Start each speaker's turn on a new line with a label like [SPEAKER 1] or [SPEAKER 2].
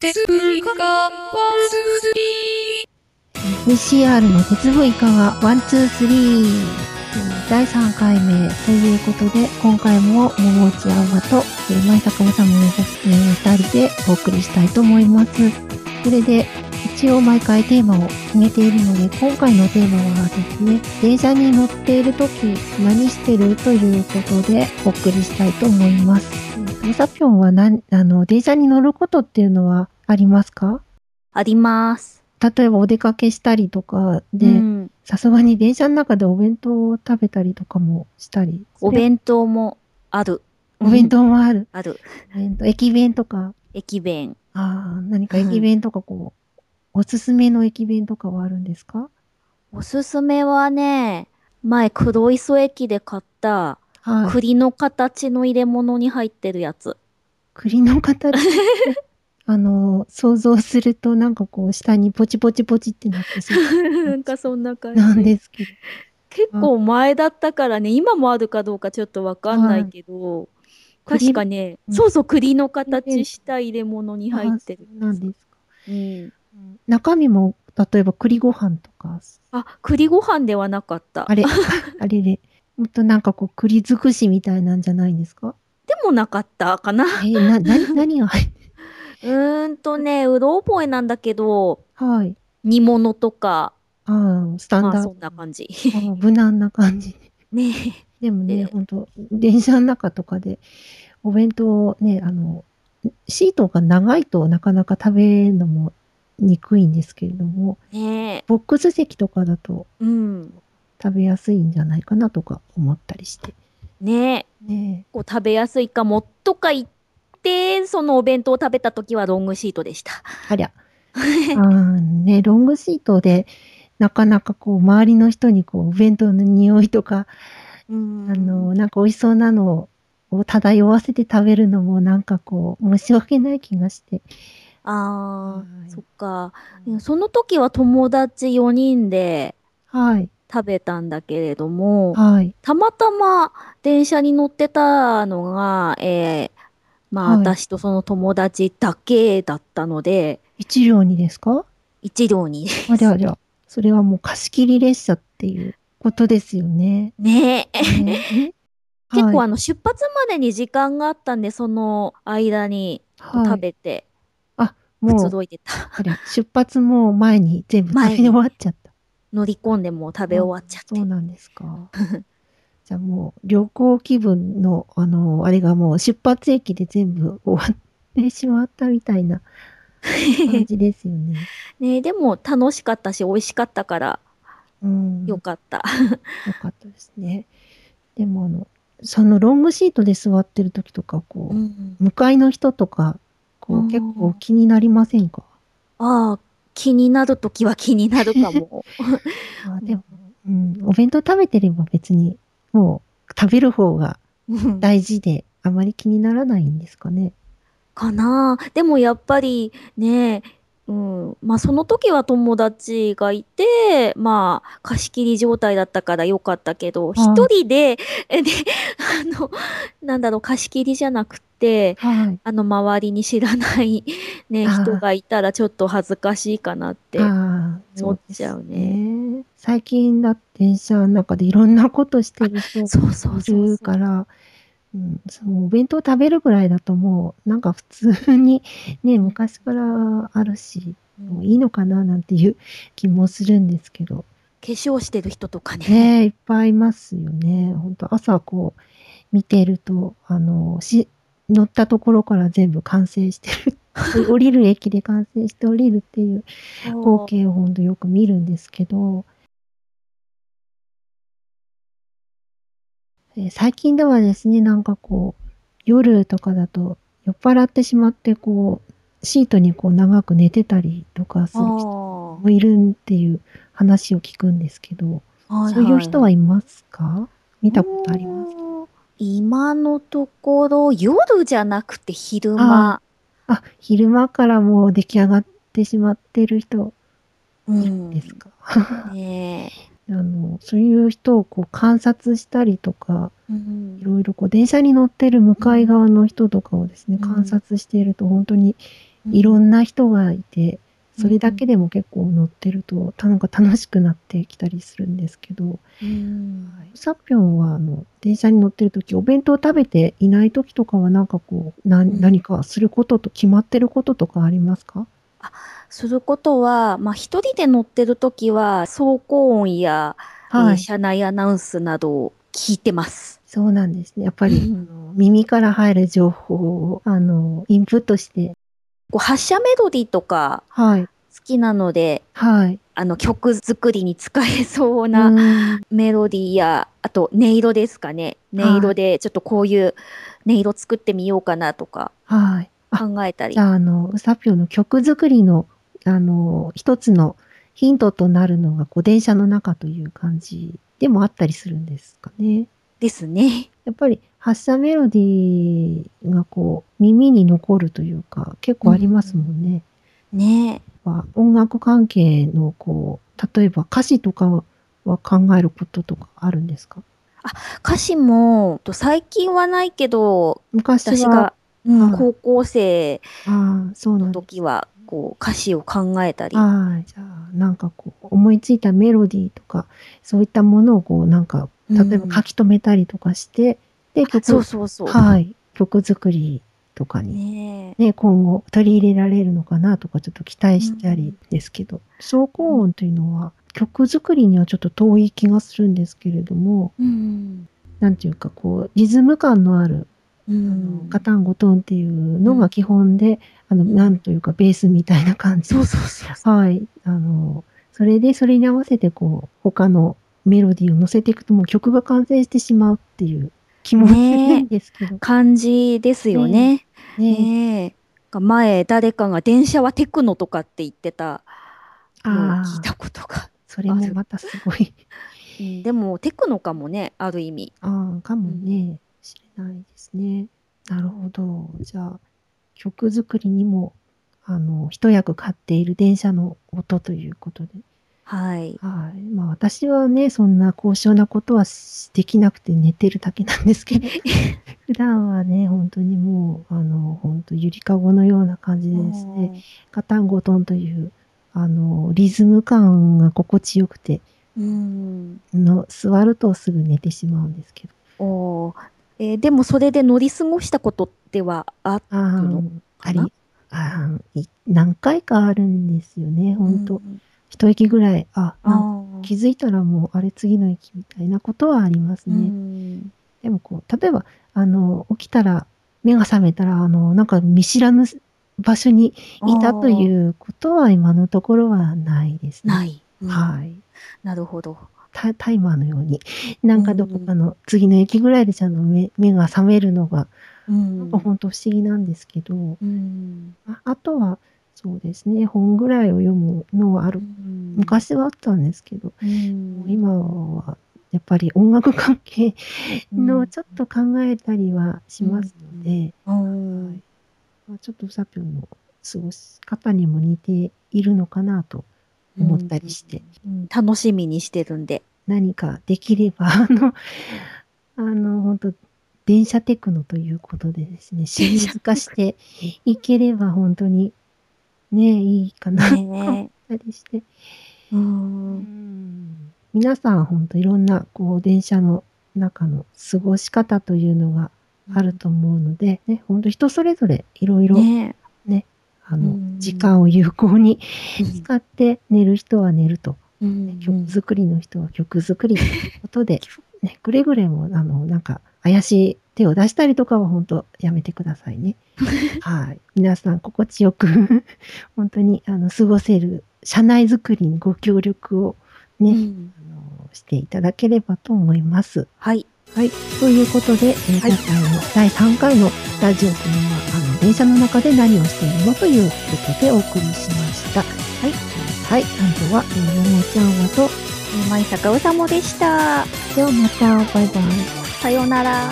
[SPEAKER 1] 鉄ブイカが、ワン、ツー、スリー。
[SPEAKER 2] 西 r の鉄ブイカがワンツースリー第3回目ということで今回も桃内青葉とえー前坂治の2人でお送りしたいと思いますそれで一応毎回テーマを決めているので今回のテーマはですね電車に乗っている時何してるということでお送りしたいと思いますムサピョンは何あの電車に乗ることっていうのはありますか
[SPEAKER 3] あります。
[SPEAKER 2] 例えばお出かけしたりとかで、
[SPEAKER 3] うん。
[SPEAKER 2] さすがに電車の中でお弁当を食べたりとかもしたり。
[SPEAKER 3] お弁当もある。
[SPEAKER 2] お弁
[SPEAKER 3] うん
[SPEAKER 2] 当もある。
[SPEAKER 3] ある。
[SPEAKER 2] お弁当駅弁とか、
[SPEAKER 3] 駅弁。
[SPEAKER 2] ああ、何か駅弁とかこう、おすすめの駅弁とかはあるんですか
[SPEAKER 3] おすすめはね、前黒磯駅で買った
[SPEAKER 2] はい。
[SPEAKER 3] 栗の形の入れ物に入ってる やつ。
[SPEAKER 2] 栗の形。あの、想像するとなんかこう、下にポチポチポチってなってそう
[SPEAKER 3] なんかそんな感じ。
[SPEAKER 2] なんですけど。
[SPEAKER 3] 結構前だったからね、今もあるかどうかちょっとわかんないけど、
[SPEAKER 2] はい
[SPEAKER 3] 確かね、
[SPEAKER 2] 栗
[SPEAKER 3] そうそう栗の形した入れ物に入ってる。
[SPEAKER 2] あーそうなんですか。
[SPEAKER 3] うん。
[SPEAKER 2] 中身も、例えば栗ご飯とか、
[SPEAKER 3] あ、栗ご飯ではなかった。
[SPEAKER 2] あれ、 あれで、もっとなんかこう、栗尽くしみたいなんじゃないんですか
[SPEAKER 3] でもなかっ たかな。
[SPEAKER 2] えーな、な、何が入って
[SPEAKER 3] うーんとね、うろ覚えなんだけど、
[SPEAKER 2] はい。
[SPEAKER 3] 煮物とか、
[SPEAKER 2] ああ、スタン
[SPEAKER 3] まあ
[SPEAKER 2] ダー
[SPEAKER 3] そ
[SPEAKER 2] ド
[SPEAKER 3] んな感じ。
[SPEAKER 2] ああ 無難な感じ。
[SPEAKER 3] ね
[SPEAKER 2] でもね、
[SPEAKER 3] で
[SPEAKER 2] 本当電車の中とかで、お弁当をね、あの、シートが長いとなかなか食べるのも憎いんですけれども、
[SPEAKER 3] え。ね
[SPEAKER 2] ボックス席とかだと
[SPEAKER 3] え。うん。
[SPEAKER 2] 食べやすいんじゃないかなとか思ったりして。
[SPEAKER 3] ねえ。
[SPEAKER 2] ね
[SPEAKER 3] こう食べやすいかもとか言って、そのお弁当を食べた時はロングシートでした。
[SPEAKER 2] え、あり ゃ。ああね、ロングシートで、なかなかこう、周りの人にこう、お弁当の匂いとか、
[SPEAKER 3] うん
[SPEAKER 2] あの、、なんか美味しそうなのを漂わせて食べるのもなんかこう、申し訳ない気がして。
[SPEAKER 3] あ
[SPEAKER 2] は
[SPEAKER 3] あ、
[SPEAKER 2] い
[SPEAKER 3] そっか。その時は友達4人で
[SPEAKER 2] はい。
[SPEAKER 3] 食べたんだけれども、
[SPEAKER 2] はい。
[SPEAKER 3] たまたま電車に乗ってたのが、えーまあ、
[SPEAKER 2] はい
[SPEAKER 3] 私とその友達だけだったので、
[SPEAKER 2] 一両にですか
[SPEAKER 3] 一両に。
[SPEAKER 2] ありゃありゃ。それはもう貸し切り列車っていうことですよね。
[SPEAKER 3] ねえ。
[SPEAKER 2] ね
[SPEAKER 3] 結構
[SPEAKER 2] は
[SPEAKER 3] あ
[SPEAKER 2] い
[SPEAKER 3] の、出発までに時間があったんで、その間に
[SPEAKER 2] は
[SPEAKER 3] 食
[SPEAKER 2] い、
[SPEAKER 3] べて、く
[SPEAKER 2] も
[SPEAKER 3] つ
[SPEAKER 2] う、
[SPEAKER 3] ろいでた。
[SPEAKER 2] ありゃ出発も前に全部食べ終わっちゃった。
[SPEAKER 3] 乗り込んでもう食べ終わっちゃ
[SPEAKER 2] そう
[SPEAKER 3] って。
[SPEAKER 2] なんですか。 じゃあもう旅行気分の、あの、あれがもう出発駅で全部終わってしまったみたい な感じですよね。
[SPEAKER 3] ねえ、でも楽しかったし、美味しかったから、
[SPEAKER 2] うん、
[SPEAKER 3] よかった。
[SPEAKER 2] よかったですね。でもあの、そのロングシートで座ってる時とか、こう、
[SPEAKER 3] うん
[SPEAKER 2] 向かいの人とか、こ
[SPEAKER 3] う
[SPEAKER 2] う、
[SPEAKER 3] ん
[SPEAKER 2] 結構気になりませんか
[SPEAKER 3] ああ、気になるときは気になるかも。
[SPEAKER 2] あでも、うん、お弁当食べてれば別に、もう、食べる方が
[SPEAKER 3] うん
[SPEAKER 2] 大事で、あまり気にならないんですかね。
[SPEAKER 3] かなあでもやっぱりね、うん、まあその時は友達がいて、まあ貸し切り状態だったから良かったけど、
[SPEAKER 2] い
[SPEAKER 3] 一人で、えで、あの、なんだろう、貸し切りじゃなくて、
[SPEAKER 2] はい。
[SPEAKER 3] あの周りに知らないね、
[SPEAKER 2] あー
[SPEAKER 3] 人がいたらちょっと恥ずかしいかなって。
[SPEAKER 2] ああ、
[SPEAKER 3] 思っちゃうね
[SPEAKER 2] そですね。最近だって電車の中でいろんなことしてる人
[SPEAKER 3] そうそうそう
[SPEAKER 2] い
[SPEAKER 3] そう
[SPEAKER 2] るから、うん、そのお弁当食べるぐらいだともう、なんか普通に、ね、昔からあるし、
[SPEAKER 3] うん
[SPEAKER 2] もういいのかななんていう気もするんですけど、
[SPEAKER 3] 化粧してる人とかね。
[SPEAKER 2] ねえ、いっぱいいますよね。本当朝こう、見てると、あの、し、乗ったところから全部完成して る。降りる駅で完成して降りるっていう光景を本当よく見るんですけど、えー最近ではですね、なんかこう、夜とかだと酔っ払ってしまって、こう、シートにこう長く寝てたりとかす
[SPEAKER 3] あ
[SPEAKER 2] る
[SPEAKER 3] ー
[SPEAKER 2] 人もいるっていう話を聞くんですけど、
[SPEAKER 3] は
[SPEAKER 2] そういう人
[SPEAKER 3] は
[SPEAKER 2] はいますか見たことあります
[SPEAKER 3] す今のところ夜じゃなくて昼間、
[SPEAKER 2] あ、昼間からもう出来上がってしまってる人
[SPEAKER 3] うん、
[SPEAKER 2] ですか、
[SPEAKER 3] ね
[SPEAKER 2] あのそういう人をこう観察したりとか、
[SPEAKER 3] え
[SPEAKER 2] いろいろこう電車に乗ってる向かい側の人とかをですね、
[SPEAKER 3] うん
[SPEAKER 2] 観察していると本当にいろんな人がいて、
[SPEAKER 3] うん
[SPEAKER 2] それだけでも結構乗ってると、たなんか楽しくなってきたりするんですけど、
[SPEAKER 3] うん
[SPEAKER 2] サピョンは、あの、電車に乗ってる時、お弁当食べていない時とかは、なんかこう、な、
[SPEAKER 3] ん
[SPEAKER 2] 何かすることと、決まってることとかありますか
[SPEAKER 3] することは、まあ、一人で乗ってるときは、走行音や、えー
[SPEAKER 2] はい。
[SPEAKER 3] 車内アナウンスなどを聞いてます。
[SPEAKER 2] そうなんですね。やっぱり、
[SPEAKER 3] うん
[SPEAKER 2] あの耳から入る情報を、あの、インプットして、
[SPEAKER 3] こう発車メロディーとか
[SPEAKER 2] はい。
[SPEAKER 3] 好きなので、
[SPEAKER 2] はい。
[SPEAKER 3] あの曲作りに使えそうな
[SPEAKER 2] うん
[SPEAKER 3] メロディーや、あと音色ですかね。
[SPEAKER 2] はい
[SPEAKER 3] 音色でちょっとこういう音色作ってみようかなとか
[SPEAKER 2] はい。あ
[SPEAKER 3] 考えたり
[SPEAKER 2] じ。ゃあ、あの、ウサピョンの曲作りの、あの、一つのヒントとなるのが、こう、電車の中という感じでもあったりするんですかね。
[SPEAKER 3] ですね。
[SPEAKER 2] やっぱり発車メロディーがこう耳に残るというか結構ありますもんね。
[SPEAKER 3] ね
[SPEAKER 2] は音楽関係のこう例えば歌詞とかは考えることとかあるんですか
[SPEAKER 3] 歌詞も、と最近はないけど、
[SPEAKER 2] 昔は
[SPEAKER 3] 私が、うん
[SPEAKER 2] はい
[SPEAKER 3] 高校生
[SPEAKER 2] ああそうなん
[SPEAKER 3] の
[SPEAKER 2] だ。
[SPEAKER 3] 時は、こう、歌詞を考えたり。
[SPEAKER 2] はいじゃあなんかこう思いついたメロディーとかそういったものをこうなんか例えば書き留めたりとかして、で曲
[SPEAKER 3] そうそうそう。
[SPEAKER 2] はい曲作りとかに
[SPEAKER 3] ねえ
[SPEAKER 2] ね、今後取り入れられるのかなとかちょっと期待したりですけど、走行音というのは曲作りにはちょっと遠い気がするんですけれども、
[SPEAKER 3] うん。
[SPEAKER 2] なんていうかこう、リズム感のある、あ
[SPEAKER 3] うん
[SPEAKER 2] の、ガタンゴトンっていうのが基本で、あの、なんというかベースみたいな感じ。
[SPEAKER 3] そうそうそうそ
[SPEAKER 2] はい。あの、それでそれに合わせてこう、他のメロディーを乗せていくともう曲が完成してしまうっていう気もする
[SPEAKER 3] ねえ
[SPEAKER 2] んですけど
[SPEAKER 3] う。感じですよね。
[SPEAKER 2] ねえ
[SPEAKER 3] ねえ。前、誰かが電車はテクノとかって言ってたのを
[SPEAKER 2] あ
[SPEAKER 3] 聞い
[SPEAKER 2] あ、
[SPEAKER 3] たことが。
[SPEAKER 2] それもまたすごい。
[SPEAKER 3] うんでも、テクノかもね、ある意味。
[SPEAKER 2] ああ、かもね、しれないですね。なるほど。じゃあ、曲作りにも、あの、一役買っている電車の音ということで。
[SPEAKER 3] はい。
[SPEAKER 2] はい。まあ、私はね、そんな高尚なことはしできなくて寝てるだけなんですけど、 普段はね、本当にもう、あの、本当ゆりかごのような感じでですね、ガタンゴトンという、あの、リズム感が心地よくて、
[SPEAKER 3] うん。
[SPEAKER 2] の座るとすぐ寝てしまうんですけど。
[SPEAKER 3] おーえーでも、それで乗り過ごしたことではあ
[SPEAKER 2] あー
[SPEAKER 3] の
[SPEAKER 2] あ
[SPEAKER 3] か
[SPEAKER 2] り
[SPEAKER 3] な、
[SPEAKER 2] あーい何回かあるんですよね、本当、
[SPEAKER 3] うん
[SPEAKER 2] 一息ぐらい、あ、なんか
[SPEAKER 3] あ
[SPEAKER 2] 気づいたらもう、あれ次の息みたいなことはあります
[SPEAKER 3] ーう
[SPEAKER 2] ね。
[SPEAKER 3] ん
[SPEAKER 2] でもこう、例えば、あの、起きたら、目が覚めたら、あの、なんか見知らぬ場所にいたということは今のところはないですね。
[SPEAKER 3] ない。うん
[SPEAKER 2] はい。
[SPEAKER 3] なるほど。
[SPEAKER 2] タタイマーのように、なんかどこかの次の駅ぐらいでちゃんと目目が覚めるのが、
[SPEAKER 3] うん
[SPEAKER 2] 本当不思議なんですけど、
[SPEAKER 3] うん
[SPEAKER 2] ああとは、そうですね、本ぐらいを読むのはある。昔はあったんですけど、
[SPEAKER 3] うん
[SPEAKER 2] 今はやっぱり音楽関係
[SPEAKER 3] う
[SPEAKER 2] の
[SPEAKER 3] ん
[SPEAKER 2] ちょっと考えたりはしますので、
[SPEAKER 3] うん
[SPEAKER 2] まあちょっとウサピョンの過ごし方にも似ているのかなと思ったりして、
[SPEAKER 3] うん楽しみにしてるんで。
[SPEAKER 2] 何かできれば、 あの、あの、本当電車テクノということでですね、シリーズ化していければ本当にね、いいかなと思 っ
[SPEAKER 3] ね
[SPEAKER 2] たりして、
[SPEAKER 3] えうん
[SPEAKER 2] 皆さん本当いろんなこう電車の中の過ごし方というのがあると思うので、ね、本当人それぞれいろいろ、
[SPEAKER 3] ね
[SPEAKER 2] あ
[SPEAKER 3] う
[SPEAKER 2] の
[SPEAKER 3] ん
[SPEAKER 2] 時間を有効に
[SPEAKER 3] え
[SPEAKER 2] 使って寝る人は寝ると、
[SPEAKER 3] うん
[SPEAKER 2] 曲作りの人は曲作 りということで、ね、くれぐれもあのなんか怪しい手を出したりとかは本当やめてください ね。はい、皆さん心地よく 本当にあの過ごせる社内作りにご協力をね、
[SPEAKER 3] うん
[SPEAKER 2] あのしていただければと思います。
[SPEAKER 3] はい。
[SPEAKER 2] はい、ということで、えー
[SPEAKER 3] はい
[SPEAKER 2] 今回の第3回のラジオというのはあの電車の中で何をしているのということでお送りしました。はい、はい、担当はえー桃ちゃんはと
[SPEAKER 3] えー舞坂うさもでした。
[SPEAKER 2] ではまたバイバイ。
[SPEAKER 3] さようなら。